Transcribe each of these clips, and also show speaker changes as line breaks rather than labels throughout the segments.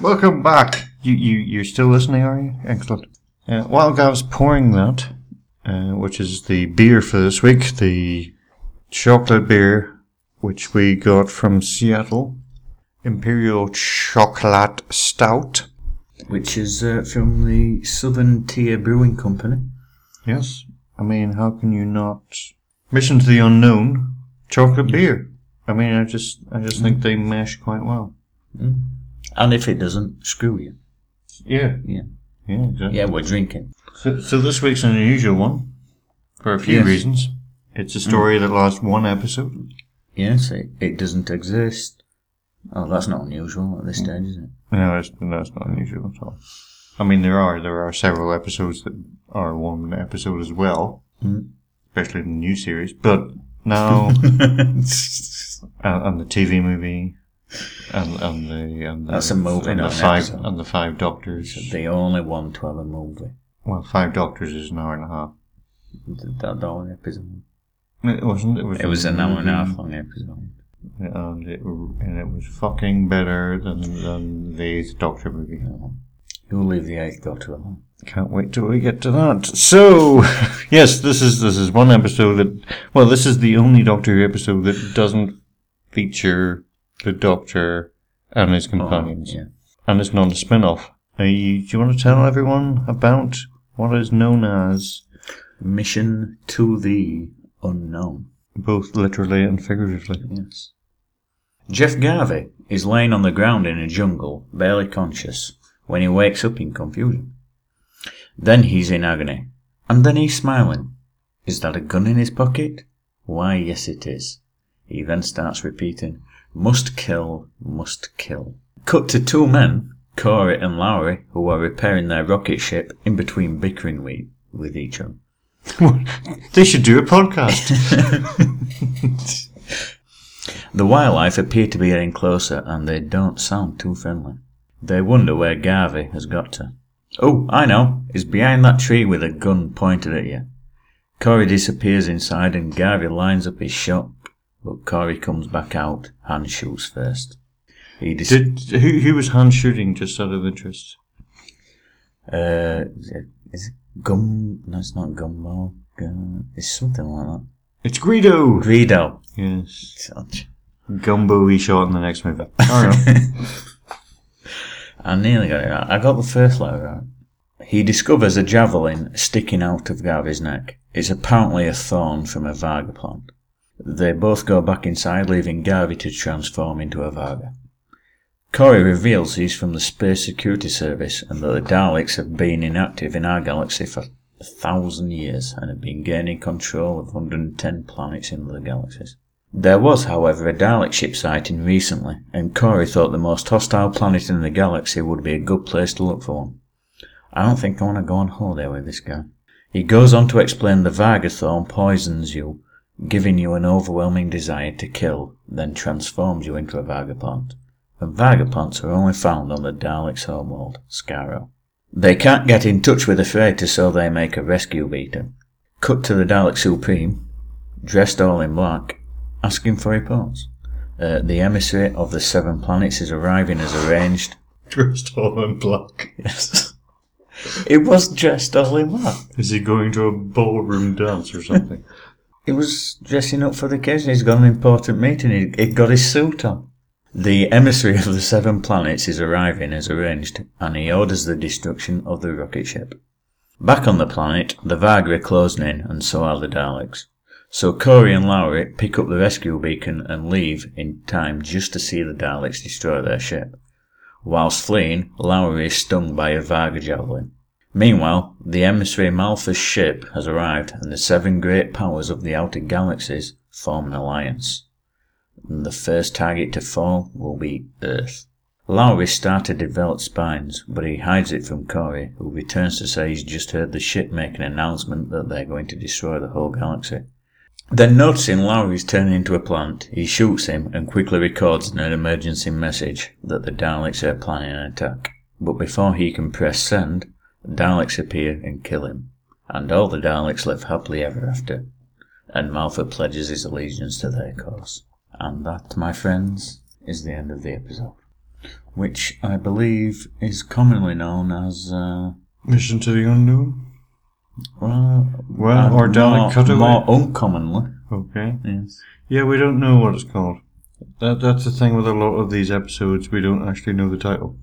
Welcome back. You, you, you're still listening, are you? Excellent. Uh, while Gav's pouring that, uh, which is the beer for this week, the chocolate beer, which we got from Seattle, Imperial Chocolate Stout.
which is uh, from the Southern Tier Brewing Company.
Yes. I mean, how can you not? Mission to the Unknown, chocolate beer. I mean, I just, I just think they mesh quite well.
And if it doesn't, screw you.
Yeah.
Yeah.
Yeah, exactly.
Yeah, we're drinking.
So, so this week's an unusual one for a few
Yes. Mm.
reasons. It's a story that lasts one episode.
Yes, it, it doesn't exist. Oh, that's not unusual at this stage, is it?
No, that's, that's not unusual at all. I mean, there are there are several episodes that are one episode as well,
Mm.
especially in the new series. But now, and, and the TV movie, and, and the and the,
That's a movie,
and the
not an
five
episode.
and the five doctors.
the only one to have a movie.
Well, five doctors is an hour and a half.
Th- That, that one episode.
It wasn't. It was.
It was an hour and a
movie.
half long episode.
and it, and it was fucking better than, than the Eighth Doctor movie.
You'll leave the eighth doctor alone.
Can't wait till we get to that. So, yes, this is this is one episode that well, this is the only Doctor Who episode that doesn't feature the Doctor and his companions,
yeah.
and it's not a spin-off. Are you, do you want to tell everyone about what is known as
Mission to the unknown.
both literally and figuratively?
Yes. Jeff Garvey is laying on the ground in a jungle, barely conscious, when he wakes up in confusion. Then he's in agony, and then he's smiling. Is that a gun in his pocket? Why, yes, it is. He then starts repeating, Must kill, must kill. Cut to two men, Corey and Lowry, who are repairing their rocket ship in between bickering with, with each other.
they should do a podcast.
The wildlife appear to be getting closer and they don't sound too friendly. They wonder where Garvey has got to. Oh, I know. He's behind that tree with a gun pointed at you. Corey disappears inside and Garvey lines up his shot, but Corey comes back out and shoots first. He dis-
Did who, who was hand shooting just out of interest?
uh, is it- is it gum? No, it's not gumball. Gum, it's something like that.
It's Greedo.
Greedo.
Yes. Gumbo we shot in the next movie. Oh,
I nearly got it right. I got the first letter right. He discovers a javelin sticking out of Garvey's neck. It's apparently a thorn from a Varga plant. They both go back inside, leaving Garvey to transform into a Varga. Corey reveals he's from the Space Security Service and that the Daleks have been inactive in our galaxy for a thousand years and have been gaining control of 110 planets in other galaxies. There was, however, a Dalek ship sighting recently, and Corey thought the most hostile planet in the galaxy would be a good place to look for one. I don't think I want to go on holiday with this guy. He goes on to explain the Vargathorn poisons you, giving you an overwhelming desire to kill, then transforms you into a Vargaplant. And Vargaplants are only found on the Daleks' homeworld, Skaro. They can't get in touch with the freighter, so they make a rescue beacon. Cut to the Dalek Supreme, dressed all in black, asking for reports. Uh, the emissary of the seven planets is arriving as arranged.
Dressed all in black.
Yes. it was dressed all in black.
Is he going to a ballroom dance or something?
He was dressing up for the occasion. He's got an important meeting. He, he got his suit on. The emissary of the seven planets is arriving as arranged, and he orders the destruction of the rocket ship. Back on the planet, the Varga are closing in, and so are the Daleks. So Corey and Lowry pick up the rescue beacon and leave in time just to see the Daleks destroy their ship. Whilst fleeing, Lowry is stung by a Varga javelin. Meanwhile, the emissary Malthus ship has arrived, and the seven great powers of the outer galaxies form an alliance. And the first target to fall will be Earth. Lowry started to develop spines, but he hides it from Corey, who returns to say he's just heard the ship make an announcement that they're going to destroy the whole galaxy. Then noticing Lowry's turning into a plant, he shoots him and quickly records an emergency message that the Daleks are planning an attack. But before he can press send, Daleks appear and kill him, and all the Daleks live happily ever after. And Malfa pledges his allegiance to their cause. And that, my friends, is the end of the episode. which I believe is commonly known as uh,
Mission to the Unknown.
well,
Well,
uh,
or
more-
Dalek Cutaway.
more uncommonly.
Okay.
Yes.
Yeah, we don't know what it's called. That that's the thing with a lot of these episodes. We don't actually know the title.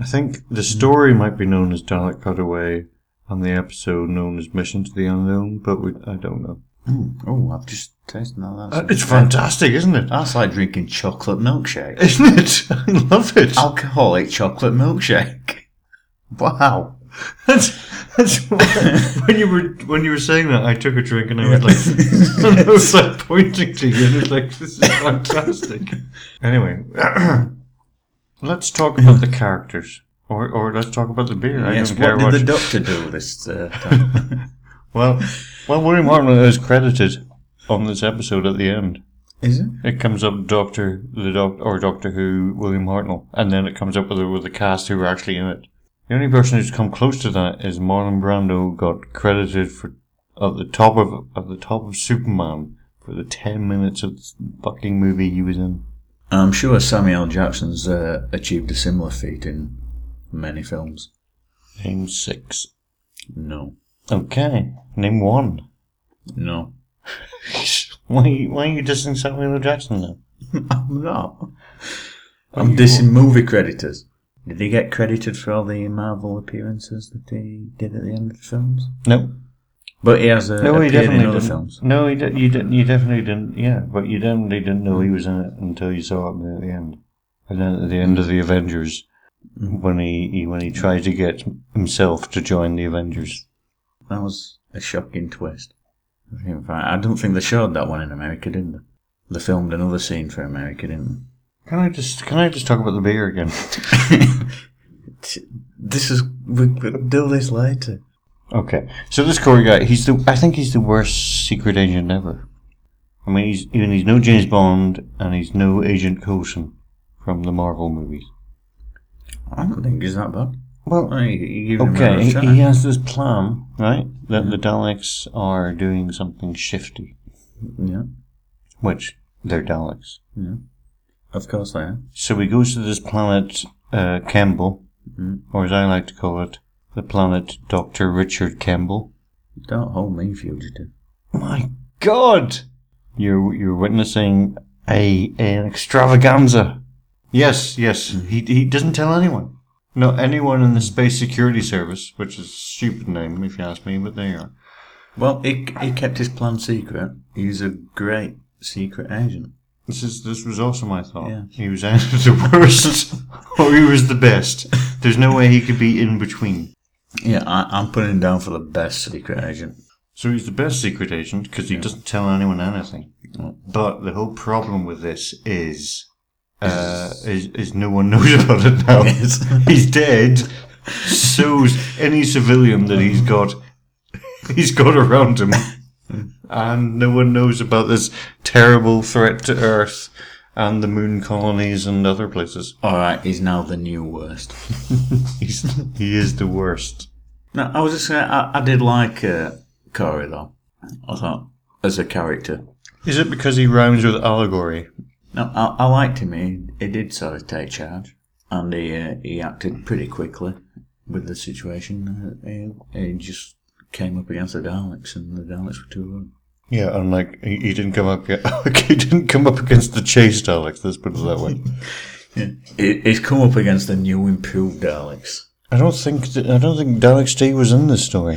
I think the story might be known as Dalek Cutaway, and the episode known as Mission to the Unknown. But we, I don't know.
Mm. Oh, I've just tasted that. That's,
Uh, It's fantastic, isn't it?
that's like drinking chocolate milkshake.
Isn't it? I love it.
Alcoholic chocolate milkshake. Wow.
That's, that's why- when you were when you were saying that, I took a drink and I was like, and I was like pointing to you, and it's like this is fantastic. Anyway, let's talk about the characters, or or let's talk about the beer. I
Yes,
don't
what
care
did
what.
the doctor do this uh, time?
well, well, William Hartnell is credited on this episode at the end.
Is it?
It comes up Doctor the Doctor or Doctor Who William Hartnell, and then it comes up with the, with the cast who were actually in it. The only person who's come close to that is Marlon Brando got credited for at the top of at the top of Superman for the ten minutes of this fucking movie he was in.
I'm sure Samuel Jackson's uh, achieved a similar feat in many films.
Name six.
No.
Okay, name one.
No.
Why why are you dissing Samuel L. Jackson now?
I'm not. I'm dissing movie creditors. Did he get credited for all the Marvel appearances that he did at the end of the films?
No,
But he has uh,
no, he
appeared
definitely
in other
didn't.
films.
No, he did, you didn't. You definitely didn't. Yeah, but you definitely didn't know he was in it until you saw it at the end. And then at the end of the Avengers, when he, he when he tried to get himself to join the Avengers.
That was a shocking twist. In fact, I don't think they showed that one in America, did they? They filmed another scene for America, didn't
Can I just can I just talk about the beer again?
they? T- this is. We, we'll do this later.
Okay, so this Corey guy, he's the I think he's the worst secret agent ever. I mean, he's even he's no James Bond and he's no Agent Coulson from the Marvel movies.
I don't think he's that bad.
Well,
Well, you- you give him a
Okay,
rough
he,
time.
he has this plan, right? That the Daleks are doing something shifty,
Yeah,
which they're Daleks.
of course they are.
So he goes to this planet, uh, Campbell, or as I like to call it, the planet Dr. Richard Campbell.
Don't hold me fugitive.
My God! You're, you're witnessing a, an extravaganza. Yes, yes. He, he doesn't tell anyone. No, anyone in the Space Security Service, which is a stupid name if you ask me, but there you are.
Well, he, he kept his plan secret. He's a great secret agent.
This is this was also my thought.
Yeah.
He was either the worst or he was the best. There's no way he could be in between.
Yeah, I, I'm putting him down for the best secret agent.
So he's the best secret agent because he doesn't tell anyone anything. But the whole problem with this is, uh, is, is no one knows about it now.
Yes.
he's dead. So's any civilian that he's got, he's got around him, and no one knows about this terrible threat to Earth and the moon colonies and other places.
All right, he's now the new worst.
He's, he is the worst.
No, I was just saying, I, I did like uh, Corey though. I thought as a character.
Is it because he rhymes with allegory?
No, I, I liked him. He, he did sort of take charge, and he uh, he acted pretty quickly with the situation. Uh, he, he just came up against the Daleks, and the Daleks were too good.
Yeah, and like he, he didn't come up yet. he didn't come up against the chase Daleks. Let's put it that way.
He, he's come up against the new improved Daleks,
I don't think th- I don't think Dalek D was in this story.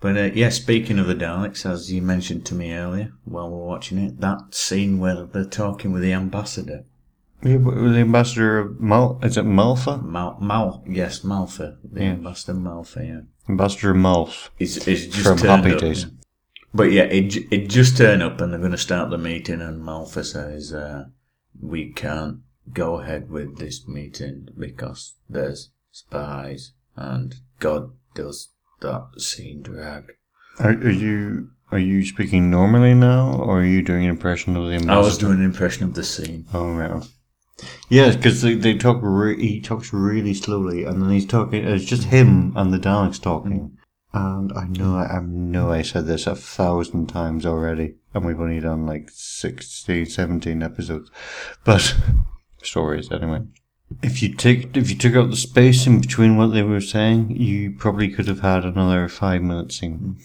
but uh, yeah. Speaking of the Daleks, as you mentioned to me earlier while we we're watching it, that scene where they're talking with the ambassador.
Yeah, but the ambassador of Mal is it Malfa?
Mal, Mal, yes, Malfa, the ambassador Malfa, yeah.
Ambassador Malf.
It's, it's just
From
turned
Happy
up.
Days.
But yeah, it, ju- it just turned up and they're going to start the meeting and Malfa says, uh, we can't go ahead with this meeting because there's spies and God does that scene drag.
Are, are you are you speaking normally now, or are you doing an impression of the ambassador?
I was doing an impression of the scene.
Oh no. Yeah, because they, they talk. Re- he talks really slowly, and then he's talking. It's just him and the Daleks talking. And I know, I, I know, I said this a thousand times already, and we've only done like 16, 17 episodes. But stories anyway. If you take if you took out the space in between what they were saying, you probably could have had another five minute scene.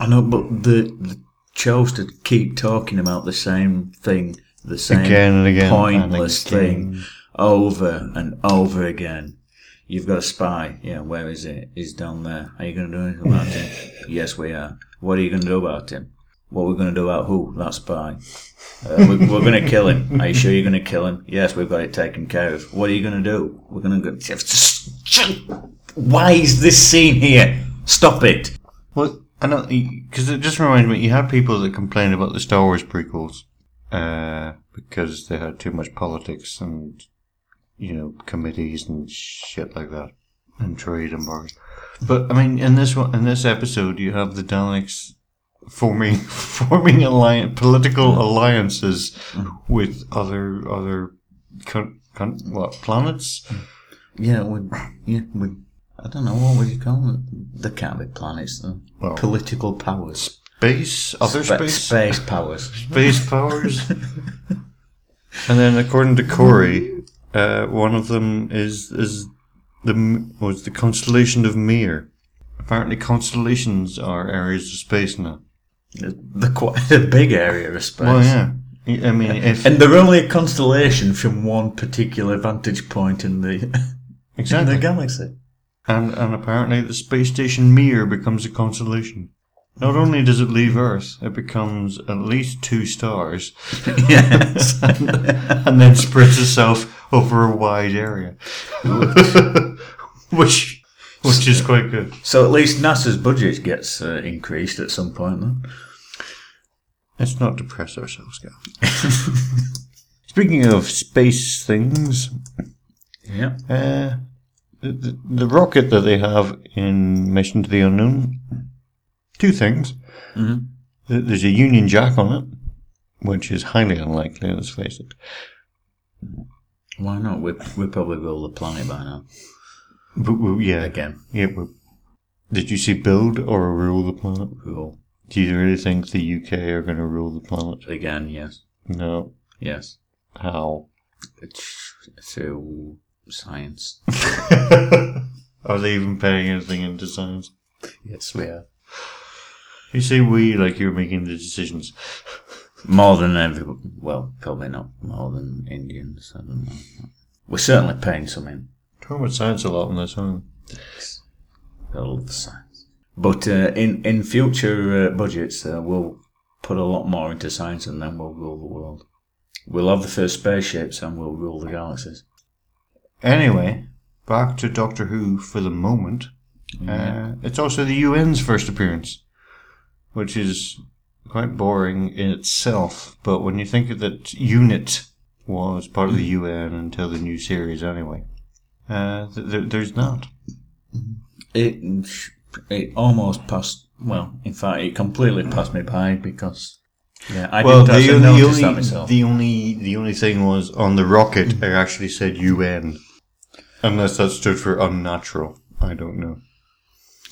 I know, but the, the chose to keep talking about the same thing, the same
Again and again and
pointless
again.
thing, over and over again. You've got a spy. Yeah, where is it? He's down there. Are you going to do anything about him? yes, we are. What are you going to do about him? What we're going to do about who? That spy. Uh, we, we're going to kill him. Are you sure you're going to kill him? Yes, we've got it taken care of. What are you going to do? We're going to go. Why is this scene here? Stop it.
Well, I know because it just reminds me. You had people that complained about the Star Wars prequels uh, because they had too much politics and you know committees and shit like that and trade and bars. But I mean, in this one, in this episode, you have the Daleks forming forming alliance, political alliances with other other con- con- what planets.
Yeah, we, yeah, we, I don't know what would you call it. The can't be planets, the
Well-
political powers,
Space, other
Spa-
space,
space powers.
space powers. and then, according to Corey, uh, one of them is is the M- was the constellation of Mir. Apparently, constellations are areas of space now.
They're quite a big area of space,
Well, yeah. I I mean, if
and they're only a constellation from one particular vantage point in the in the
exactly,
galaxy.
and and apparently the space station Mir becomes a constellation. Not only does it leave Earth, it becomes at least two stars,
yes,
and then spreads itself over a wide area, which which is quite good.
so at least NASA's budget gets uh, increased at some point. Then.
Let's not depress ourselves, Gav. Speaking of space things,
Yeah,
uh, the, the, the rocket that they have in Mission to the Unknown, two things. Th- There's a Union Jack on it, which is highly unlikely, let's face it.
why not? We we probably rule the planet by now.
But we, yeah,
Again,
yeah. We, did you see build or rule the planet?
rule
Do you really think the UK are going to rule the planet?
again. Yes,
No.
yes.
How?
through science.
Are they even paying anything into science?
Yes, we are.
You say we like you're making the decisions.
More than every, well, probably not more than Indians. I don't know. We're certainly paying some in.
Talking about science a lot on this one.
I love science. But uh, in in future uh, budgets, uh, we'll put a lot more into science, and then we'll rule the world. We'll have the first spaceships, and we'll rule the galaxies.
Anyway, back to Doctor Who for the moment. Uh, it's also the UN's first appearance, which is quite boring in itself. But when you think that UNIT was part of the UN until the new series, anyway, uh, th- th- there's not.
It it almost passed. Well, in fact, it completely passed me by because yeah, I
Well,
didn't
the,
actually
the
notice
only
that myself.
the only the only thing was on the rocket. It actually said UN, unless that stood for unnatural. I don't know.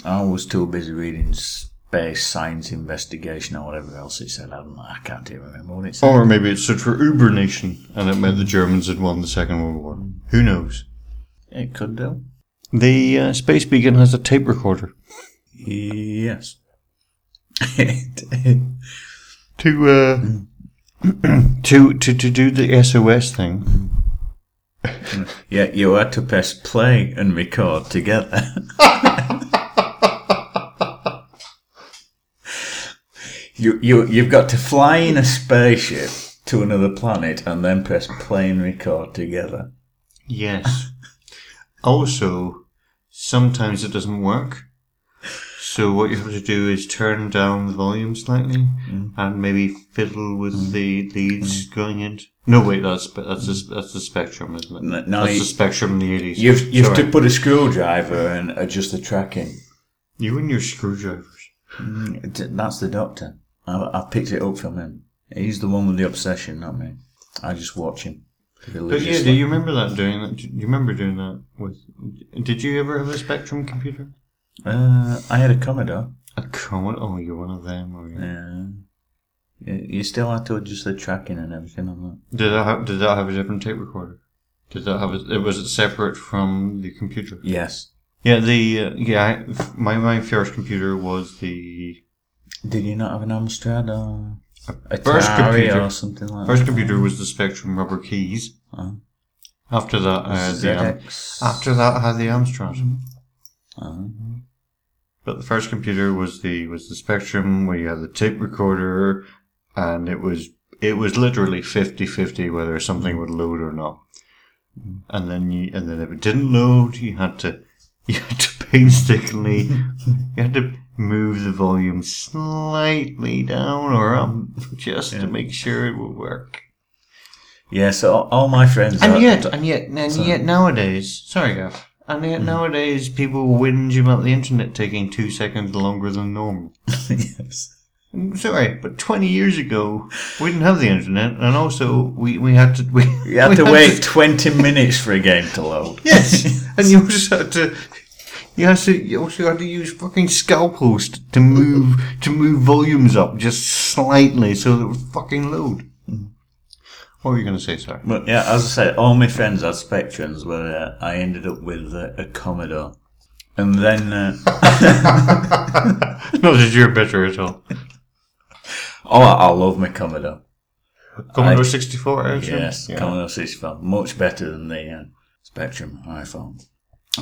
I was too busy reading Space Science Investigation or whatever else it said. I, don't, know, I can't even remember what it said.
Or maybe it stood for Uber Nation, and it meant the Germans had won the Second World War. Who knows?
It could do.
The uh, space beacon has a tape recorder
Yes.
to uh, Mm. to to to do the SOS thing.
yeah, you had to press play and record together. you, you, you've got to fly in a spaceship to another planet and then press play and record together.
Yes. also, sometimes it doesn't work. So what you have to do is turn down the volume slightly and maybe fiddle with the leads going in. No, wait, that's that's the, that's the spectrum, isn't it?
N- no,
that's
you-
the spectrum in the eighties.
You've, you've to put a screwdriver and adjust the tracking.
You and your screwdrivers.
D- Mm, That's the doctor. I, I picked it up from him. He's the one with the obsession, not me. I just watch him.
But yeah,
religiously.
do you remember that doing that? Do you remember doing that with? Did you ever have a Spectrum computer?
uh, I had a Commodore. Um,
A Commodore? Oh, you're one of them. Are you?
Yeah. You you still had to adjust the tracking and everything on
Did that have, did that have a different tape recorder? Did that have? A, was it separate from the computer?
Yes.
Yeah, the uh, yeah, I, my my first computer was the
Did you not have an Amstrad or Atari
first computer.
or something like
first
that?
computer was the Spectrum rubber keys.
Oh.
After that, I had the Am-
ZX.
after that I had the Amstrad.
Oh.
But the first computer was the was the Spectrum. We had the tape recorder, and it was it was literally 50-50 whether something would load or not. And then you and then if it didn't load, you had to you had to painstakingly you had to move the volume slightly down or up just to make sure it would work.
Yeah, so all- all my friends. are-
And yet, and yet, and yet nowadays, sorry, Gav. And yet nowadays, people whinge about the internet taking two seconds longer than normal.
yes.
I'm sorry, but 20 years ago, we didn't have the internet, and also we, we had to we,
You had to wait 20 minutes for a game to load.
yes, and you also had to you had to you also had to use fucking scalpels t- to move to move volumes up just slightly so that it would fucking load. Hmm. What were you going to say? Sorry.
But yeah, as I said, all my friends had Spectrums, but uh, I ended up with uh, a Commodore. And then, uh,
Not that you're better at all.
oh, I I love my Commodore.
Commodore 64, I assume?
Yes,
Yeah.
Commodore 64. Much better than the uh, Spectrum iPhone.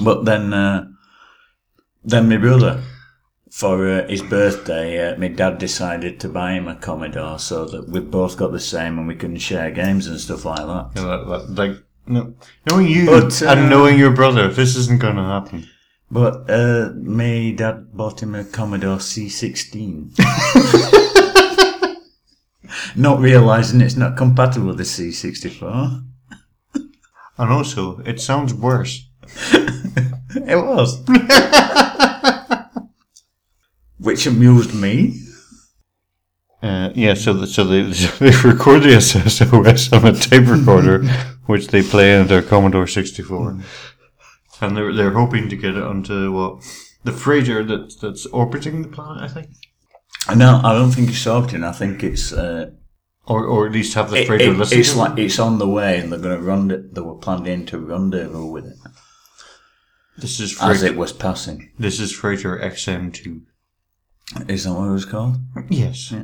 But then, uh, then my brother, for uh, his birthday, uh, my dad decided to buy him a Commodore so that we both got the same and we can share games and stuff like that.
Yeah, that- that- like, no, knowing you
But, uh,
and knowing your brother, this isn't going to happen.
But uh, my dad bought him a Commodore C16. not realizing it's not compatible with the C64.
And also, it sounds worse.
It was. Which amused me.
Uh, yeah, so the, so they so they record the SOS on a tape recorder, which they play in their Commodore sixty four, and they're they're hoping to get it onto what the freighter that that's orbiting the planet, I think,
No, I don't think it's orbiting. I think it's uh,
or or at least have the
it-
freighter
it-
listen.
it's
to
like it's on the way, and they're going to run. They were planning to rendezvous with it
it. This is
as
freighter.
it was passing.
this is freighter XM two.
Is that what it was called?
Yes.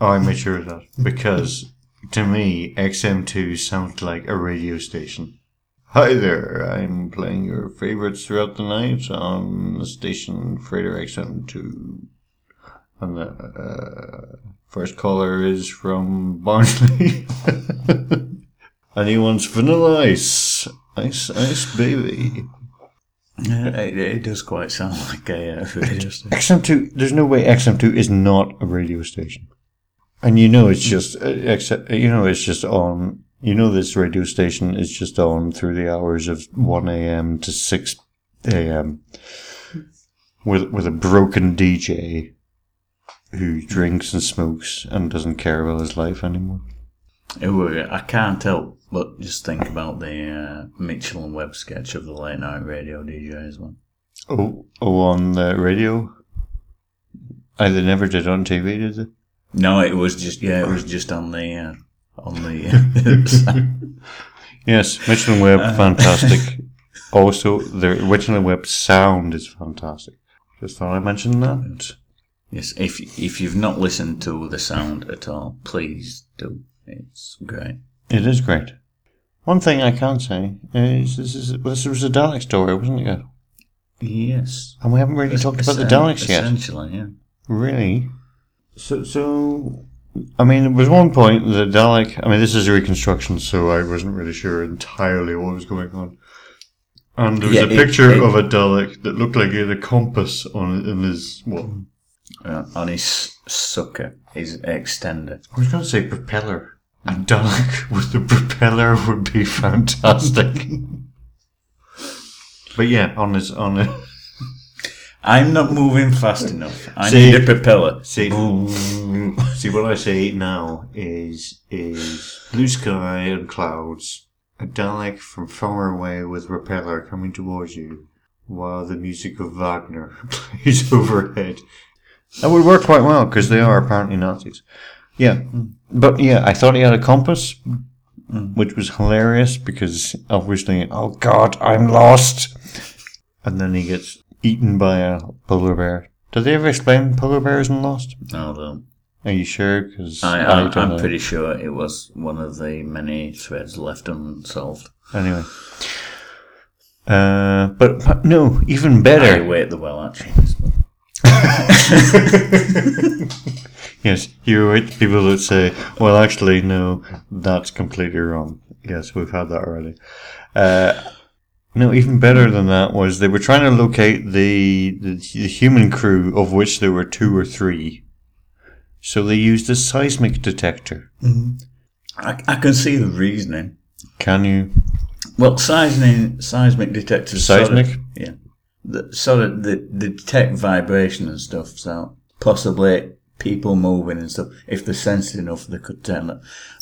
Oh, I made sure of that because to me XM two sounds like a radio station. Hi there, I'm playing your favorites throughout the night on the station Freighter XM two. And the uh, first caller is from Barnsley. and he wants vanilla ice. Ice, ice, baby.
Yeah, it, it does quite sound like a uh, radio station.
XM2, there's no way XM2 is not a radio station. And you know it's just, uh, X- uh, you know it's just on, you know this radio station is just on through the hours of 1am to 6am with, with a broken DJ who drinks and smokes and doesn't care about his life anymore.
It were, I can't help but just think about the uh, Mitchell and Webb sketch of the late night radio DJs one.
Oh, oh on the radio? I, they never did on TV, did they?
No, it was just yeah, it was just on the uh, on uh, the.
Yes, Mitchell and Webb, fantastic. also, the Mitchell and Webb sound is fantastic. Just thought I mentioned that.
yes, if if you've not listened to the sound at all, please do. It's great.
It is great. One thing I can say is this is this was a Dalek story, wasn't it? Gav?
Yes.
And we haven't really talked about the
Essen-
Daleks yet,
Essentially, yeah.
really. So, so I mean, there was one point the Dalek. I mean, this is a reconstruction, so I wasn't really sure entirely what was going on. And there was
Yeah,
a
it-
picture
it-
of a Dalek that looked like he had a compass on in his what
Uh, on his sucker, his extender.
I was going to say propeller. A Dalek with a propeller would be fantastic. but yeah, on his on his,
I'm not moving fast enough. I
See-
need a propeller.
see see what I say now is is blue sky and clouds. A Dalek from far away with propeller coming towards you, while the music of Wagner plays overhead. That would work quite well because they are apparently Nazis. Yeah, but yeah, I thought he had a compass, which was hilarious because obviously, oh god, I'm lost. And then he gets eaten by a polar bear. Did they ever explain polar bears in Lost?
No, I don't.
Are you sure? Because
I, I, I'm pretty sure it was one of the many threads left unsolved.
Anyway. Uh, but, but no, even better.
I wait the well, actually.
Yes, you're right. People that say, well, actually, no, that's completely wrong. Yes, we've had that already. Uh, no, even better than that was they were trying to locate the, the, the human crew, of which there were two or three. So they used a seismic detector.
I, I can see the reasoning.
Can you?
Well, seismic seismic detectors. Sort
Seismic?
of, yeah, the, sort of the, they detect vibration and stuff. So possibly people moving and stuff. If they're sensitive enough, they could tell it.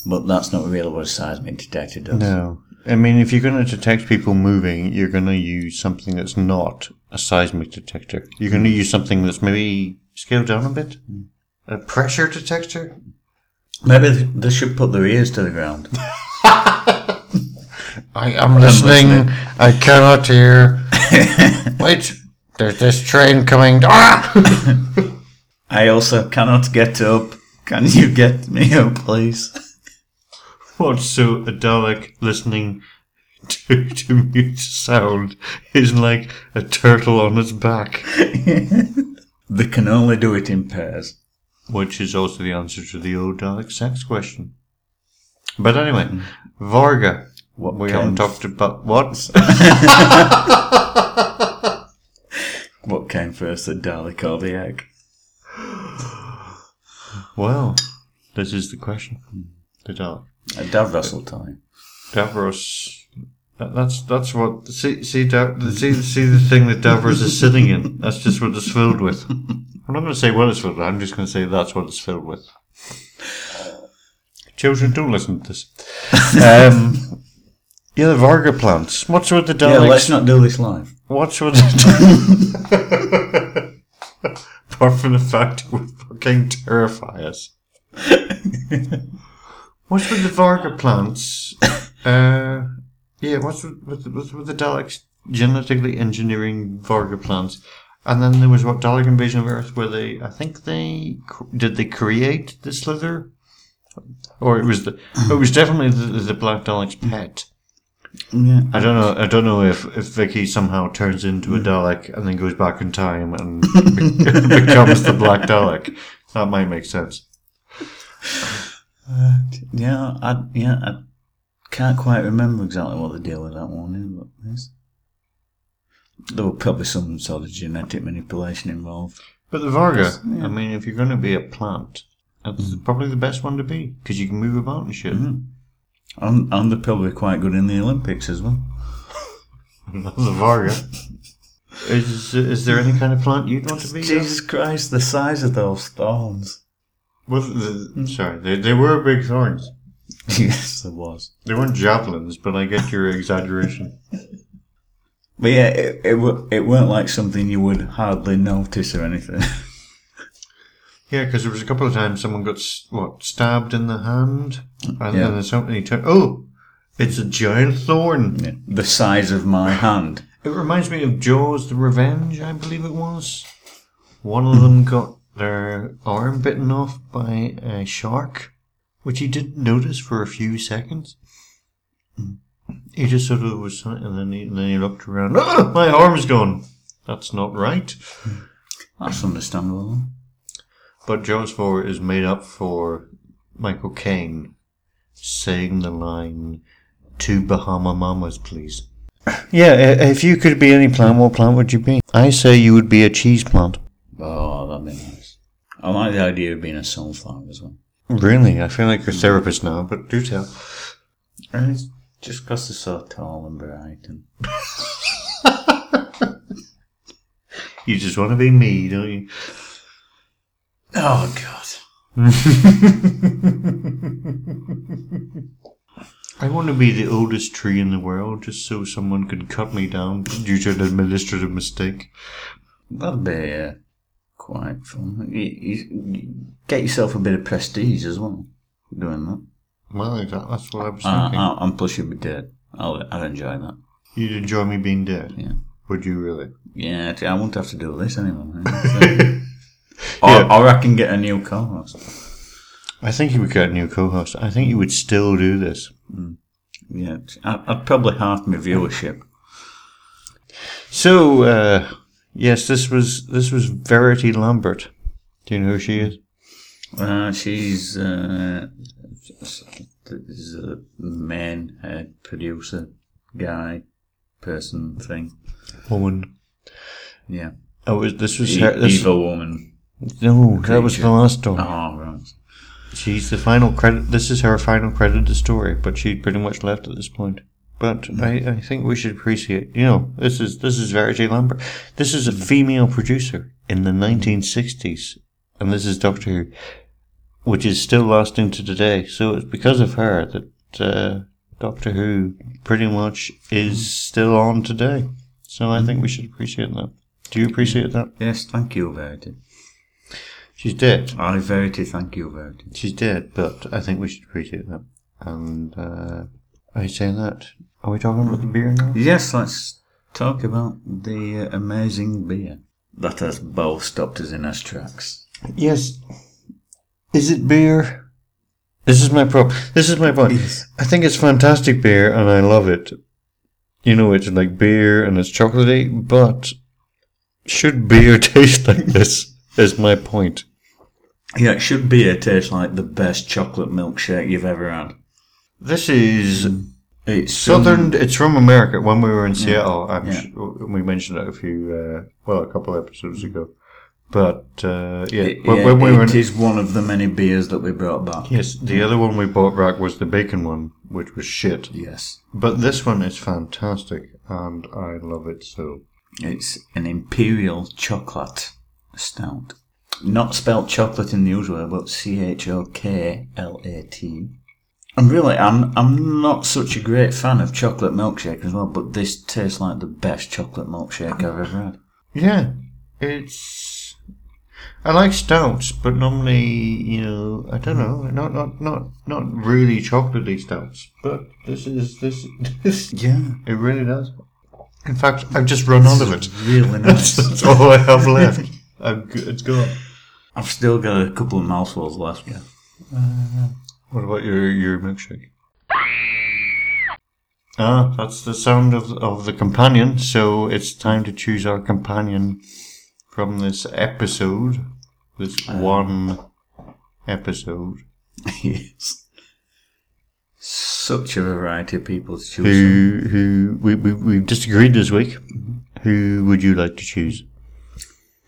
But that's not really what a seismic detector does.
No. I mean, if you're going to detect people moving, you're going to use something that's not a seismic detector. You're going to use something that's maybe scaled down a bit. A pressure detector?
Maybe th- they should put their ears to the ground.
I am listening.
listening.
I cannot hear. Wait, there's this train coming. Ah!
I also cannot get up. Can you get me up, please?
What's so a Dalek listening to, to mute sound is like a turtle on its back,
They can only do it in pairs.
which is also the answer to the old Dalek sex question. But anyway, Varga.
What
we
can
haven't talked about what
What came first, the Dalek or the egg?
Well, this is the question. The Dalek.
A Davrossel time.
Davros. That, that's that's what see see Dav, see see the thing that Davros is sitting in. That's just what it's filled with. I'm not going to say what it's filled with. I'm just going to say that's what it's filled with. Children, don't listen to this. Um, yeah, the Varga plants. What's with the
Yeah,
Daleks?
let's not do this live.
What's with the Apart from the fact it would fucking terrify us. what's with the Varga plants? Uh, yeah, what's with, with, with, with the Daleks genetically engineering Varga plants? And then there was what Dalek Invasion of Earth, where they, I think they cr- did they create the Slither, or it was the it was definitely the, the Black Dalek's pet.
Yeah.
I don't know. I don't know if, if Vicky somehow turns into a Dalek and then goes back in time and be- becomes the Black Dalek. That might make sense.
Yeah, I, yeah, I can't quite remember exactly what the deal with that one is, but yes. There were probably some sort of genetic manipulation involved.
But the Varga. I mean, if you're going to be a plant, that's probably the best one to be because you can move about and shit.
And, and they're probably quite good in the Olympics as well.
the Varga. Is is there any kind of plant you'd want to be?
Jesus Christ, the size of those thorns.
Well, the, sorry, they, they were big thorns.
yes, there was.
They weren't javelins, but I get your exaggeration.
But yeah, it, it, wa- it weren't like something you would hardly notice or anything.
Yeah, because there was a couple of times someone got s- what stabbed in the hand, and
Yeah.
then there's something turned. Oh, it's a giant thorn.
Yeah. The size of my hand.
It reminds me of Jaws: The Revenge, I believe it was. One of them got their arm bitten off by a shark, which he didn't notice for a few seconds. He just sort of was, and then he, and then he looked around. Oh, my arm's gone. That's not right.
That's understandable.
But Jaws 4 is made up for Michael Caine saying the line, Two Bahama Mamas, please. Yeah, i- if you could be any plant, what plant would you be? I say you would be a cheese plant.
Oh, that'd be nice. I like the idea of being a sunflower as well.
Really? I feel like you're a therapist now, but do tell.
And it's just because they're so tall and bright. And
You just want to be me, don't you?
oh god,
I want to be the oldest tree in the world just so someone could cut me down due to an administrative mistake.
that'd be uh, quite fun. You, you, you get yourself a bit of prestige as well doing that.
Well, exactly. That's what I was
I,
thinking.
I, I'm plus you'd be dead. I'll, I'd enjoy that.
You'd enjoy me being dead.
Yeah.
Would you really?
Yeah, I won't have to do this anymore. or, or I can get a new co-host.
I think you would get a new co-host. I think you would still do this.
Yeah, I, I'd probably half my viewership.
So, uh, yes, this was this was Verity Lambert. Do you know who she is?
Uh, she's uh, is the main head producer guy person thing.
Woman.
Yeah,
Oh, was, this was
E-
her. This,
evil woman.
no, that was the
creature.
last one.
Oh right.
She's the final credit. This is her final credited story, but she pretty much left at this point. But I, I think we should appreciate. You know, this is this is Verity Lambert. This is a female producer in the 1960s, and this is Doctor Who, which is still lasting to today. So it's because of her that uh, Doctor Who pretty much is still on today. So I think we should appreciate that. Do you appreciate that?
Yes, thank you, Verity.
She's dead.
I Verity, thank you, Verity.
She's dead, but I think we should appreciate that. And uh, are you saying that? Are we talking about the beer now?
Yes, let's talk about the uh, amazing beer that has both stopped us in our tracks.
Yes. Is it beer? This is my problem. This is my point.
Yes.
I think it's fantastic beer, and I love it. You know, it's like beer and it's chocolatey, but should beer taste like this? Is my point.
Yeah, it should be a taste like the best chocolate milkshake you've ever had.
This is
It's
Southern. It's from America. When we were in Seattle, I'm
Yeah.
sure we mentioned it a few, uh, well, a couple episodes ago. But uh, yeah,
It,
when,
yeah,
when we were
it
in,
is one of the many beers that we brought back.
yes, the other one we bought back was the bacon one, which was shit.
Yes.
But this one is fantastic, and I love it so.
It's an imperial chocolate stout. Not spelt chocolate in the usual way, but C H O K L A T. And really, I'm I'm not such a great fan of chocolate milkshake as well, but this tastes like the best chocolate milkshake I've ever had.
Yeah, it's. I like stouts, but normally, you know, I don't know, not not not not really chocolatey stouts. But this is this this
Yeah,
It really does. In fact, I've just run out of it.
really nice.
That's all I have left. I'm g- it's gone.
I've still got a couple of mouthfuls left. Yeah.
What about your your milkshake? Ah, that's the sound of of the companion. So it's time to choose our companion from this episode. This one episode.
yes. Such a variety of people to
Who
choose.
who we we we disagreed this week. Who would you like to choose?
from.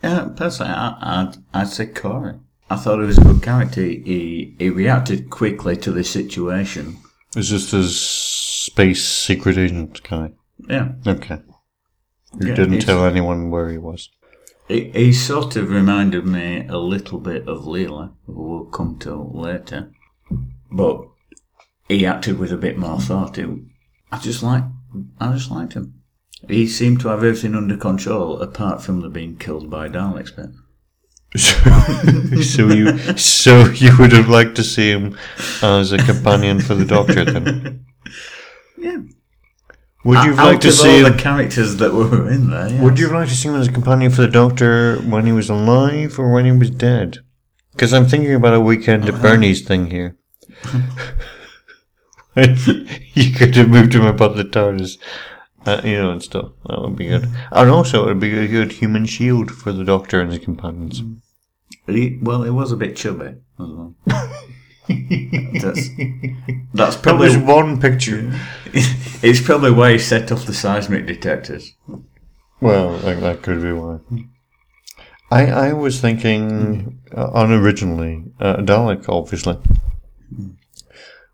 Yeah, personally, I, I'd, I'd say Corey. I thought he was a good character. He, he reacted quickly to the situation.
Is this the space secret agent guy?
Yeah.
Okay. Who
Yeah,
didn't
it's-
tell anyone where he was.
He, he sort of reminded me a little bit of Leela, who we'll come to later. But he acted with a bit more thought. He- I just like, I just liked him. He seemed to have everything under control, apart from the being killed by Daleks bit.
So, so you so you would have liked to see him as a companion for the doctor then?
Yeah.
Would you have liked
Out
to
of
see
all
him
the characters that were in there, yes.
Would you have liked to see him as a companion for the doctor when he was alive or when he was dead? Because I'm thinking about a weekend at Bernie's thing here. you could have moved him above the TARDIS, uh, you know, and stuff. That would be good. And also, it would be a good human shield for the doctor and his companions.
He, well, he was a bit chubby as well. that's, that's probably
There's one picture.
it's probably why he set off the seismic detectors.
Well, that, that could be why. I I was thinking uh, unoriginally uh, Dalek, obviously.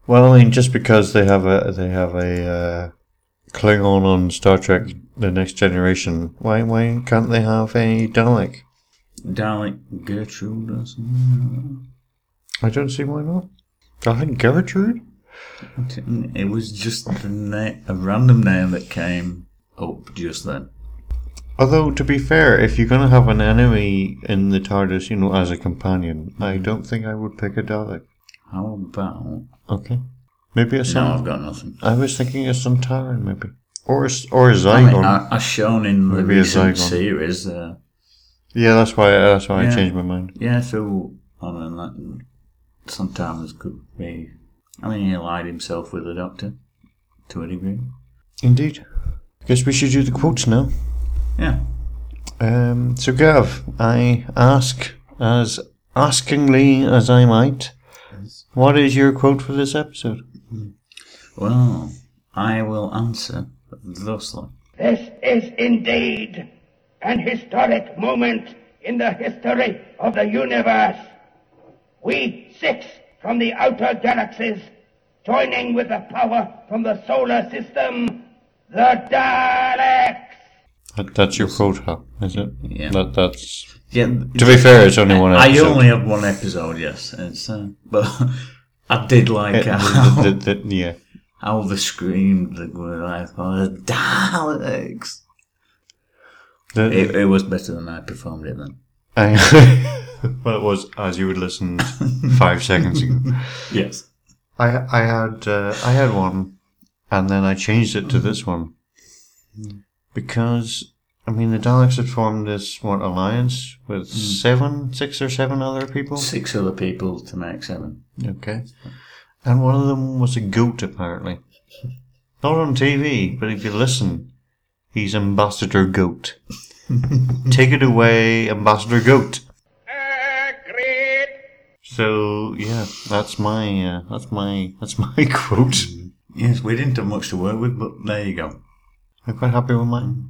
Well, I mean, just because they have a they have a uh, Klingon on Star Trek: The Next Generation, why why can't they have a Dalek?
Dalek Gertrude or something.
I don't see why not. Dalek Gertrude.
It was just the na- a random name that came up just then.
Although, to be fair, if you're gonna have an enemy in the TARDIS, you know, as a companion, I don't think I would pick a Dalek.
How about
Okay. Maybe a
No,
Sun.
I've got nothing.
I was thinking a Suntaran, maybe. Or a, s- or a
I mean, uh,
Zygon.
a- as shown in the
Maybe a
recent
Zygon.
series, uh,
yeah, that's why that's why I
Yeah.
changed my mind.
yeah, Phil on and that sometimes could be. I mean, he allied himself with the Doctor to a degree.
Indeed. Guess we should do the quotes now.
Yeah.
Um, so, Gav, I ask as askingly as I might, what is your quote for this episode?
Well, I will answer thusly.
This is indeed an historic moment in the history of the universe. We six from the outer galaxies, joining with the power from the solar system, the Daleks.
That, that's your quote, Hal, is it?
Yeah.
That, that's.
Yeah.
To be fair, it's only one
I
episode.
only have one episode, yes. It's, uh, but I did like
Uh,
how,
th- th- th- yeah.
how the scream that were like, oh, the Daleks.
The-
It, it was better than I performed it then.
I- well, it was as you would listen five seconds ago.
Yes.
I I had uh, I had one, and then I changed it to this one because I mean the Daleks had formed this what alliance with seven, six or seven other people.
Six other people to make seven.
Okay, and one of them was a goat apparently, not on TV, but if you listen, he's Ambassador Goat. Take it away, Ambassador Goat.
Agreed.
So yeah, that's my uh, that's my that's my quote.
Yes, we didn't have much to work with, but there you go.
I'm quite happy with mine.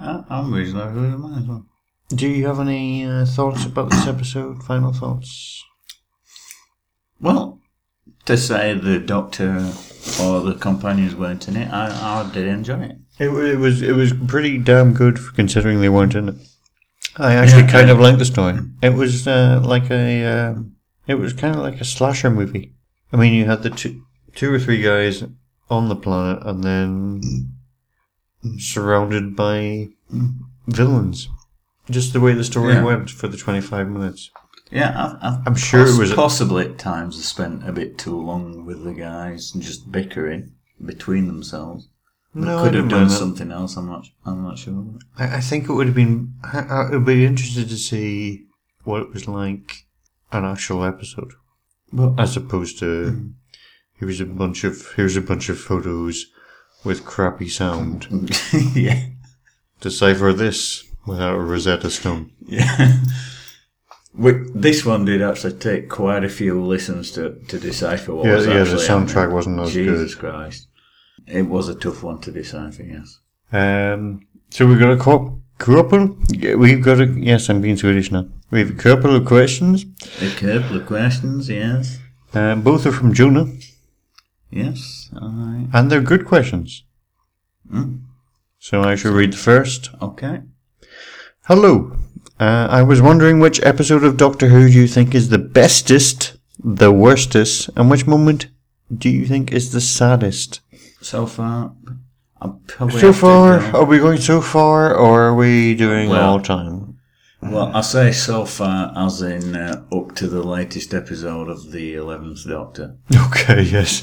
I, I'm reasonably happy with mine as well.
Do you have any uh, thoughts about this episode? Final thoughts?
Well, to say the doctor or the companions weren't in it, I, I did enjoy it.
It, wa- it was it was pretty damn good for considering they weren't in it. I actually
Yeah.
kind of liked the story. It was uh, like a uh, it was kind of like a slasher movie. I mean, you had the two two or three guys on the planet, and then surrounded by villains. Just the way the story
Yeah.
went for the twenty five minutes.
Yeah, I, I,
I'm sure it
poss-
was a-
possibly at times I spent a bit too long with the guys and just bickering between themselves. They
No, I
could
didn't
have done
mind that.
something else. I'm not. I'm not sure.
I, I think it would have been. I, I would be interested to see what it was like an actual episode,
But
as opposed to here's a bunch of here's a bunch of photos with crappy sound.
Hmm. yeah,
Decipher this without a Rosetta Stone.
yeah. We, this one did actually take quite a few listens to, to decipher what
Yeah,
was
yeah, the
actually happening.
soundtrack wasn't as
Jesus Christ, it was a tough one to decipher. Yes.
Um, so we've got a co- couple. yeah, We've got a yes. I'm being Swedish now. We have a couple of questions.
A couple of questions. Yes.
Um, both are from Jonah,
Yes. All right.
and they're good questions. So I shall read the first.
Okay.
Hello. Uh, I was wondering which episode of Doctor Who do you think is the bestest, the worstest, and which moment do you think is the saddest?
So far, I'm probably
So
have to
far,
go-
are we going so far, or are we doing
Well-
all time?
Well, I say so far as in uh, up to the latest episode of the Eleventh Doctor.
Okay, yes.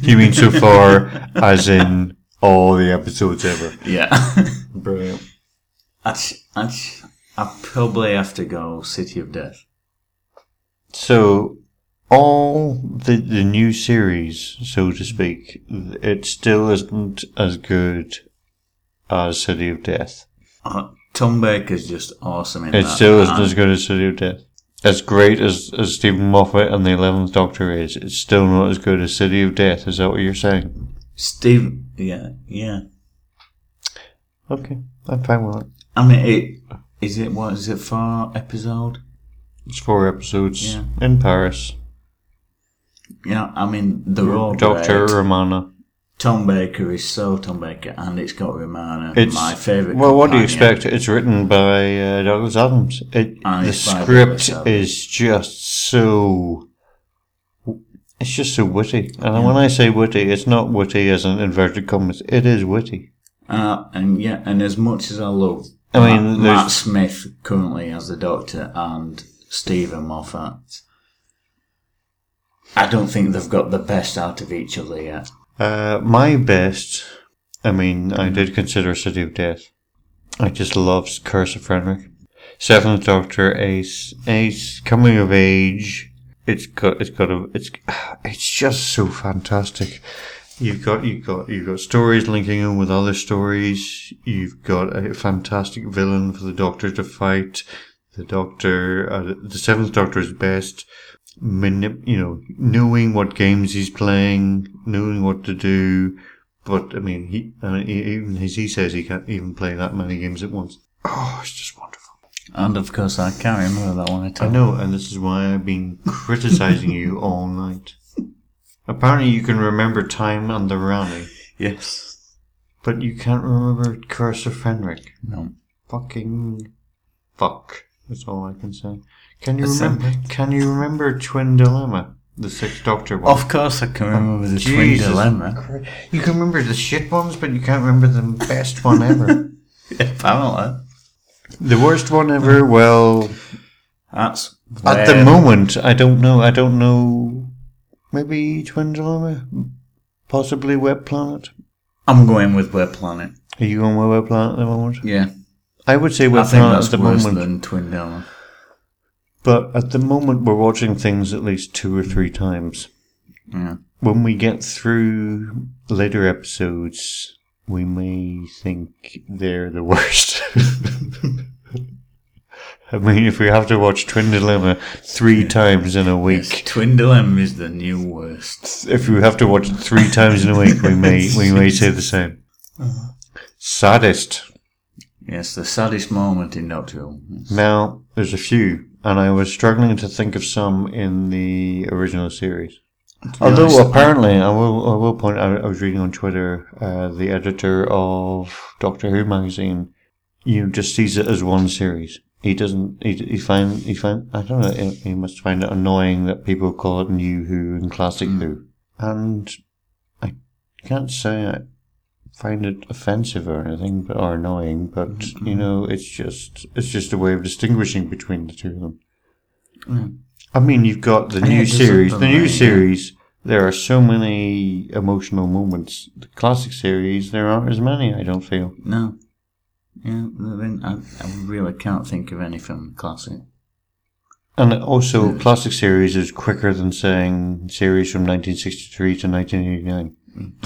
you mean so far as in all the episodes ever?
Yeah,
Brilliant.
I'd, I'd, I probably have to go City of Death.
So, all the the new series, so to speak, it still isn't as good as City of Death.
Uh, Tom Baker's just awesome in
It
that.
still isn't
And
as good as City of Death. As great as, as Stephen Moffat and the Eleventh Doctor is, it's still not as good as City of Death. Is that what you're saying?
Steve, yeah, yeah.
Okay, I'm fine with that.
I mean, it is it what is it for episode?
It's four episodes
Yeah.
in Paris.
You know, I mean, they're all
Mm, Doctor
great.
Romana.
Tom Baker is so Tom Baker, and it's got Romana,
It's
my favorite.
Well, what do you expect? It's written by uh, Douglas Adams. It,
And
the
it's by Douglas
script
Adams.
is just so. It's just so witty, and when I say witty, it's not witty as an inverted commas. It is witty.
Uh, and yeah, and as much as I love,
I mean,
Matt,
there's-
Matt Smith currently as the Doctor and Stephen Moffat, I don't think they've got the best out of each other yet.
Uh, my best, I mean, I did consider City of Death. I just loves Curse of Fenric. Seventh Doctor, Ace, Ace, Coming of Age. It's got, it's got a, it's, it's just so fantastic. You've got, you've got, you've got stories linking in with other stories. You've got a fantastic villain for the Doctor to fight. The Doctor, uh, the Seventh Doctor is best manip- you know, knowing what games he's playing, knowing what to do. But I mean, he, I mean, he- even as he says, he can't even play that many games at once. Oh, it's just wonderful.
And of course, I can't remember that one at
I
all.
know, and this is why I've been criticizing you all night. Apparently, you can remember time and the rally,
Yes.
but you can't remember Curse of Fenric.
No.
Fucking fuck. That's all I can say. Can you
That's
remember? Can you remember Twin Dilemma, the Sixth Doctor one?
Of course, I can remember the Twin
Jesus
Dilemma.
Christ. You can remember the shit ones, but you can't remember the best one ever.
Apparently.
the worst one ever, well, um,
That's.
at the moment, I don't know. I don't know. Maybe Twin Dilemma? Possibly Web Planet?
I'm going with Web Planet.
Are you on Web Planet at the moment?
Yeah.
I would say
I
Web
think
Planet
that's
at the
worse
moment.
than Twin Dilemma.
But at the moment, we're watching things at least two or three times.
Yeah.
When we get through later episodes, we may think they're the worst. I mean, if we have to watch Twin Dilemma three times in a week,
Twin Dilemma is the new worst.
if we have to watch it three times in a week, we may we may say the same. Saddest.
Yes, the saddest moment in Doctor Who.
Now, there's a few, and I was struggling to think of some in the original series. Although
honest,
apparently, I will, I will point out, I was reading on Twitter, uh, the editor of Doctor Who magazine, you know, just sees it as one series. He doesn't, he, he find, he find, I don't know, he, he must find it annoying that people call it New Who and Classic Who. And I can't say I find it offensive or anything, but, or annoying, but, you know, it's just, it's just a way of distinguishing between the two of them. I mean, you've got the
it
new
doesn't
series. The
delay,
new
yeah.
series, there are so many emotional moments. The classic series, there aren't as many. I don't feel.
No. Yeah, I, mean, I, I really can't think of any from classic.
And also, classic series is quicker than saying series from 1963 to 1989.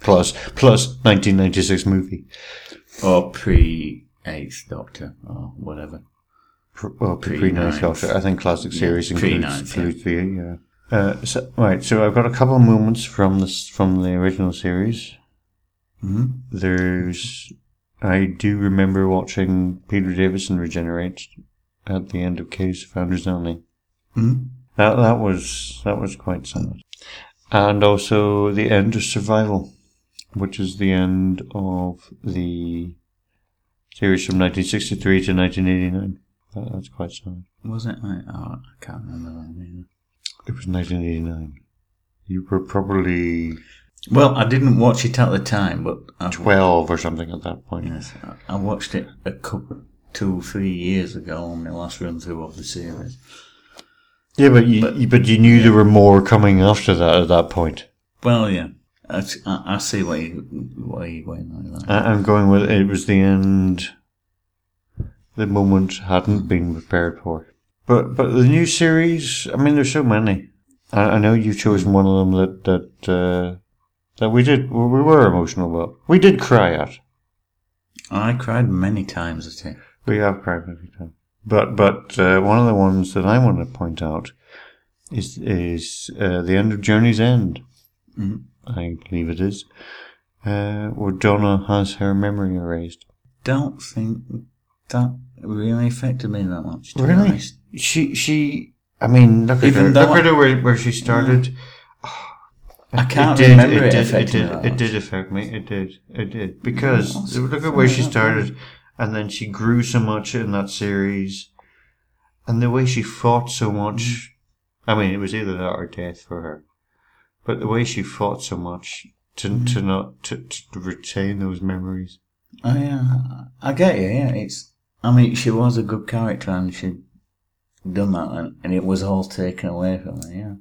plus, plus 1996 movie.
Or pre Eighth Doctor, or whatever.
Pr- Well, pre
Pre-ninth.
ninth Doctor. I think classic series includes,
pre-ninth, yeah.
includes the yeah. Uh, so, right, so I've got a couple of moments from this from the original series.
Mhm.
There's, I do remember watching Peter Davison regenerate at the end of Caves of Founders Only.
Mhm.
That that was that was quite sad. And also the end of Survival, which is the end of the series from 1963 to 1989. That, that's quite sad.
Was it? I, oh, I can't remember that either.
It was 1989. You were probably
Well, I didn't watch it at the time, but I,
12 or something at that point.
yes, I- I watched it a couple, two, three years ago on my last run through of the series.
Yeah, but you but, but you knew there were more coming after that at that point.
Well, yeah, I, s- I- I see why you why you going like that.
I, I'm going with it was the end. The moment hadn't been prepared for. But but the new series, I mean, there's so many. I, I know you've chosen one of them that that uh, that we did we we were emotional about. We did cry at.
I cried many times at it.
We have cried every time. But but uh, one of the ones that I want to point out is is uh, the end of Journey's End. Mm-hmm.
Mhm.
I believe it is, uh, where Donna has her memory erased.
Don't think that really affected me that much. To be
Really?
honest.
She she. I mean, look at
Even
her.
though
Look
I-
at her where, where she started.
I can't
did,
remember it,
did,
affecting
did,
Oh, me that
it
much.
did affect me. It did. It did because look at where she started, and then she grew so much in that series, and the way she fought so
Mm-hmm.
much. I mean, it was either that or death for her, but the way she fought so much to
Mm-hmm.
to not to, to retain those memories.
Oh yeah, I get you. Yeah, it's. I mean, she was a good character, and she done that, and, and it was all taken away from her. Yeah,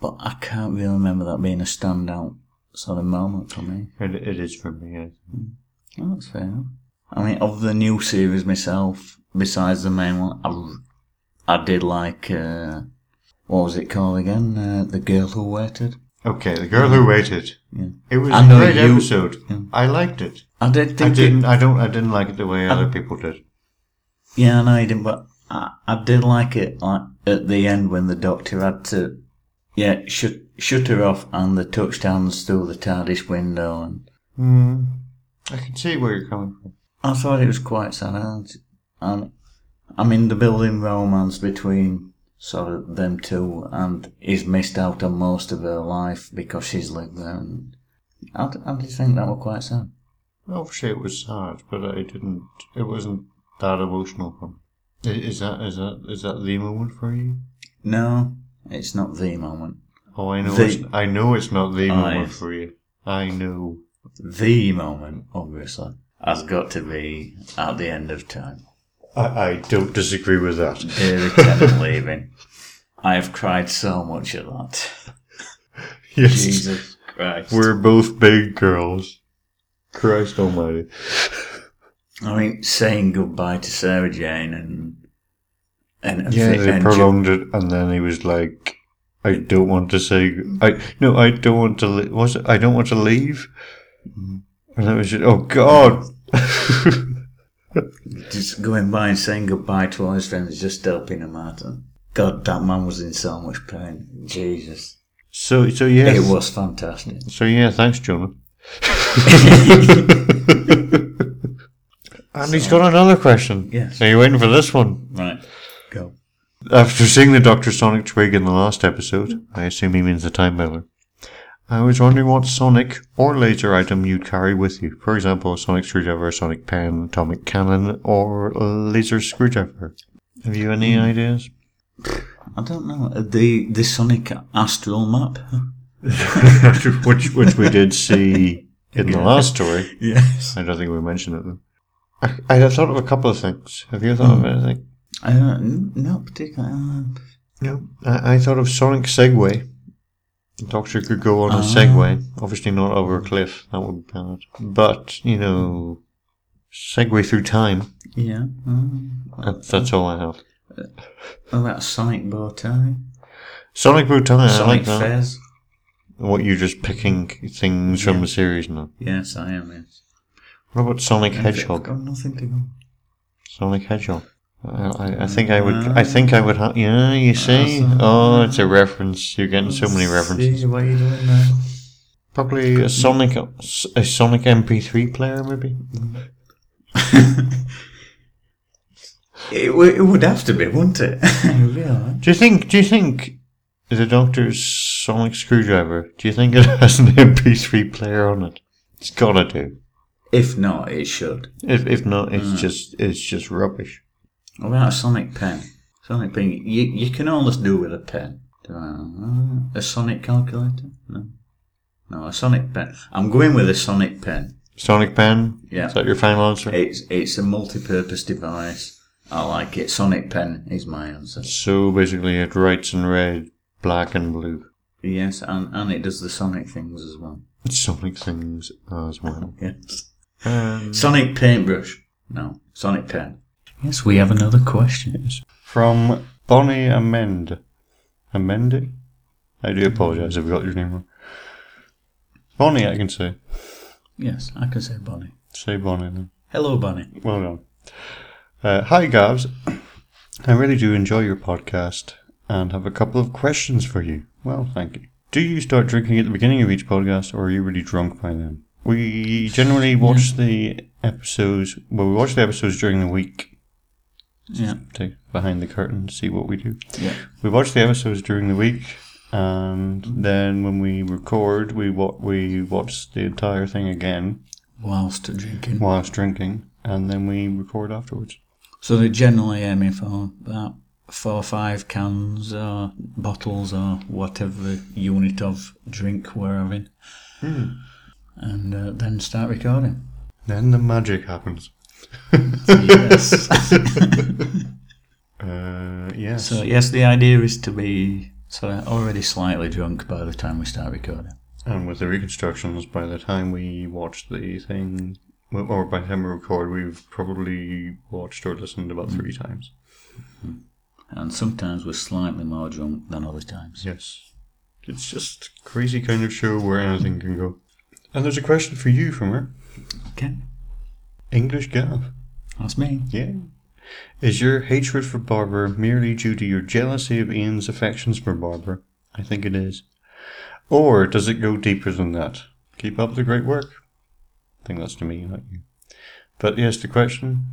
But I can't really remember that being a standout sort of moment for me.
It, it is for me. I think.
Oh, that's fair. I mean, of the new series myself, besides the main one, I, r- I did like, uh, what was it called again? Uh, the Girl Who Waited.
Okay, the girl who waited.
Yeah.
It was
Mm-hmm. I
a
know
great
you-
episode. I liked it.
I
I
did think it-
didn't. I don't. I didn't like it the
Um,
way other people did.
Yeah, I know you didn't, but I, I did like it like, at the end when the doctor had to, yeah, shut, shut her off and the touchdowns through the TARDIS window. And mm-hmm.
Hmm. I can see where you're coming from.
I thought it was quite sad. And, and I mean, the building romance between sort of them two and he's missed out on most of her life because she's lived there. And I, d- I did think that was quite sad.
Obviously, it was sad, but I didn't. It wasn't that emotional for me. I- Is that is that is that the moment for you?
No, it's not the moment.
Oh, I know.
The-
It's, I know it's not the
Ah,
moment
yes.
for you. I know.
the moment, obviously, has got to be at the end of time.
I, I don't disagree with that.
David Tennant leaving. I have cried so much at that.
Yes,
Jesus Christ.
we're both big girls. Christ Almighty.
I mean, saying goodbye to Sarah Jane and and and,
Yeah,
fi-
they
and
prolonged it, and then he was like, "I don't want to say. I no, I don't want to. Li- was it? I don't want to leave." Mm-hmm. And that was just, oh God.
ju- just going by and saying goodbye to all his friends, just helping him out. And God, that man was in so much pain. Jesus,
so so yeah.
it was fantastic.
So yeah, thanks, Jonah. and he's got another question.
Yes.
Are you waiting for this one?
Right, go.
After seeing the Doctor Sonic twig in the last episode, I assume he means the time meddler. I was wondering what sonic or laser item you'd carry with you. For example, a sonic screwdriver, a sonic pen, atomic cannon, or a laser screwdriver. Have you any ideas?
I don't know Uh, the the Sonic Astral map.
which which we did see in the last story.
Yes.
I don't think we mentioned it though. I, I have thought of a couple of things. Have you thought of anything?
I don't, no particular. Uh,
No. I, I thought of Sonic Segway. The doctor could go on a Segway. Obviously not over a cliff. That would be bad. But, you know, Segway through time.
yeah. Um,
That, that's all I have.
oh, that's Sonic bow tie.
Sonic through time. I
Sonic
like that.
Fez.
What you're just picking things from the series now.
Yes, I am. Yes.
What about Sonic
I've
Hedgehog?
got nothing to go.
Sonic Hedgehog. I, I- I think I would. I think I would. Ha- yeah, you see.
Awesome.
Oh, it's a reference. You're getting so many references.
See what you're doing now.
Probably a Sonic, a Sonic MP3 player, maybe.
It, w- it would have to be, wouldn't it? it would be all right.
Do you think? Do you think the Doctor's Sonic screwdriver? Do you think it has an MP3 player on it? It's gotta do.
If not, it should.
If if not, it's just it's just rubbish.
What about a Sonic pen? Sonic pen. You you can always do with a pen. Do I- A Sonic calculator? No. No, a Sonic pen. I'm going with a Sonic pen.
Sonic pen.
Yeah.
Is that your final answer?
It's it's a multi-purpose device. I like it. Sonic Pen is my answer.
So basically, it writes in red, black, and blue.
Yes, and, and it does the Sonic things as well.
Sonic things as well.
Yes.
Um,
Sonic paintbrush. No, Sonic Pen. Yes, we have another question.
From Bonnie Amend. Amendi? I do apologise if I got your name wrong. Bonnie, I can say.
Yes, I can say Bonnie.
Say Bonnie then.
Hello, Bonnie.
Well done. Uh, hi, Gavs. I really do enjoy your podcast and have a couple of questions for you. Well, thank you. Do you start drinking at the beginning of each podcast or are you really drunk by then? We generally watch the episodes, well, we watch the episodes during the week
Yeah,
to behind the curtain, see what we do.
yeah,
We watch the episodes during the week, and then when we record, we wa- we watch the entire thing again
whilst drinking.
whilst drinking, and then we record afterwards.
So they're generally aiming for about four or five cans or bottles or whatever unit of drink we're having. Hmm. And uh, then start recording.
Then the magic happens.
yes.
Uh, yes. Uh,
So yes, the idea is to be So they're already slightly drunk by the time we start recording.
And with the reconstructions, by the time we watch the thing, well, or by the time we record, we've probably watched or listened about three times.
And sometimes we're slightly more drunk than other times.
Yes. It's just a crazy kind of show where anything can go. And there's a question for you from her
Okay,
English Gav.
that's me.
Yeah. Is your hatred for Barbara merely due to your jealousy of Ian's affections for Barbara? I think it is. Or does it go deeper than that? Keep up the great work. I think that's to me, not you. But yes, the question.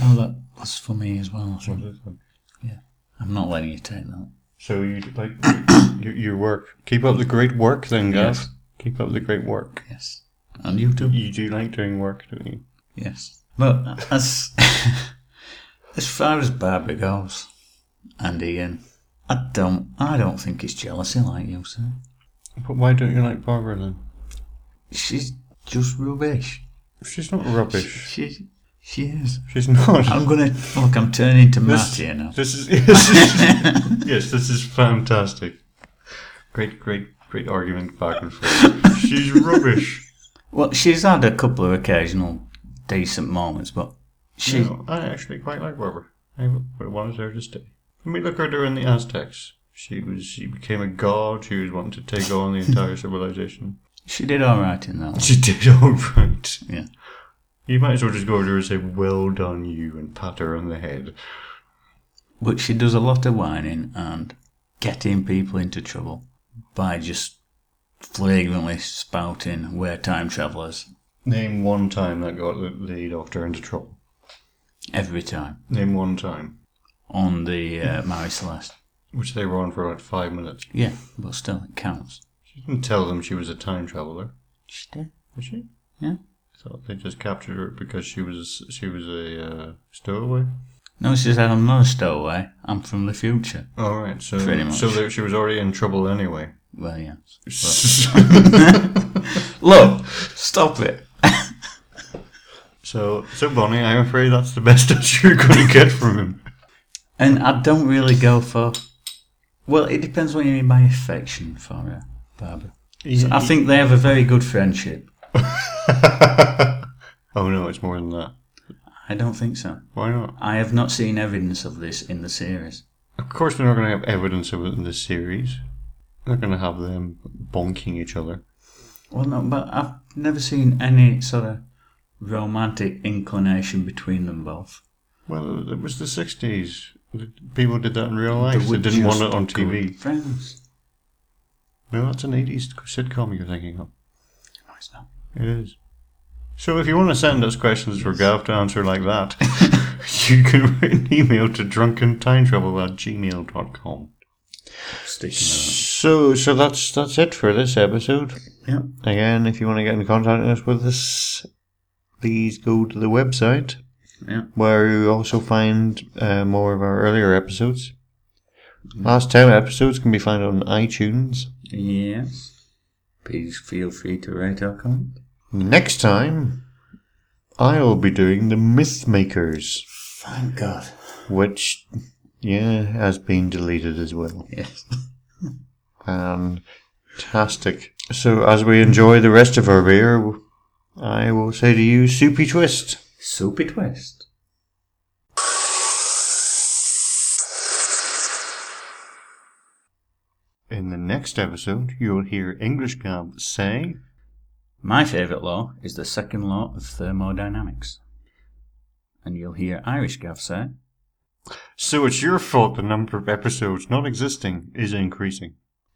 Oh, that was for me as well. I think. I'm not letting you take that.
So you like your, your work. Keep up the great work, then, Gav.
Yes.
Keep up the great work.
Yes. And you too.
You do like doing work, don't you?
Yes. But as as far as Barbara goes, and Ian, I don't I don't think it's jealousy like you say.
But why don't you like Barbara then?
She's just rubbish.
She's not rubbish.
She she is.
She's not.
I'm gonna look. I'm turning to Matt
This-
here now.
This is yes, this- yes, this is fantastic. Great, great, great argument back and forth. She's rubbish.
Well, she's had a couple of occasional decent moments, but she
No, I actually quite like Barbara. I w- wanted her to stay. I mean, look at her in the Aztecs. She was, she became a god. She was wanting to take on the entire civilization.
she did all right in that. one.
She did all right.
Yeah.
You might as well just go over to her and say, "Well done, you," and pat her on the head.
But she does a lot of whining and getting people into trouble by just flagrantly spouting we're time travellers
Name one time that got the, the doctor into trouble.
every time
Name one time,
on the uh, Mary Celeste.
which they were on for like five minutes.
Yeah, but still, it counts.
didn't tell them she was a time traveler,
She did.
was she?
Yeah.
I thought they just captured her because she was she was a uh, stowaway.
No, she said, I'm not a stowaway. I'm from the future.
All right, so
Pretty much.
so there, she was already in trouble anyway.
Well, yeah. Look, stop it.
so so Bonnie, I'm afraid that's the best answer you're going to get from him.
And I don't really go for. Well, it depends what you mean by affection for her, Barbara. So I think they have a very good friendship.
Oh no, it's more than that.
I don't think so.
Why not?
I have not seen evidence of this in the series.
Of course, they're not going to have evidence of it in this series. They're going to have them bonking each other.
Well, no, but I've never seen any sort of romantic inclination between them both.
Well, it was the '60s. People did that in real life. They
were
didn't want
just
it on
good
TV.
Friends.
No, that's an 80s sitcom you're thinking of.
No, Oh, it's not.
It is. So if you want to send us questions for Gav to answer like that, you can write an email to drunkentimetravel at gmail.com.
Sticking
So, so that's that's it for this episode.
around.
Again, if you want to get in contact with us with us, please go to the website
Yeah, yeah.
where you also find uh, more of our earlier episodes. Last 10 episodes can be found on iTunes.
Yes. Please feel free to rate our comment.
Next time, I'll be doing the Mythmakers.
Thank God.
which yeah has been deleted as well.
Yes.
Fantastic. So as we enjoy the rest of our beer, I will say to you, soupy twist.
Soapy twist.
In the next episode, you'll hear English Gab say,
My favourite law is the second law of thermodynamics. And you'll hear Irish Gav say,
"So it's your fault the number of episodes not existing is increasing."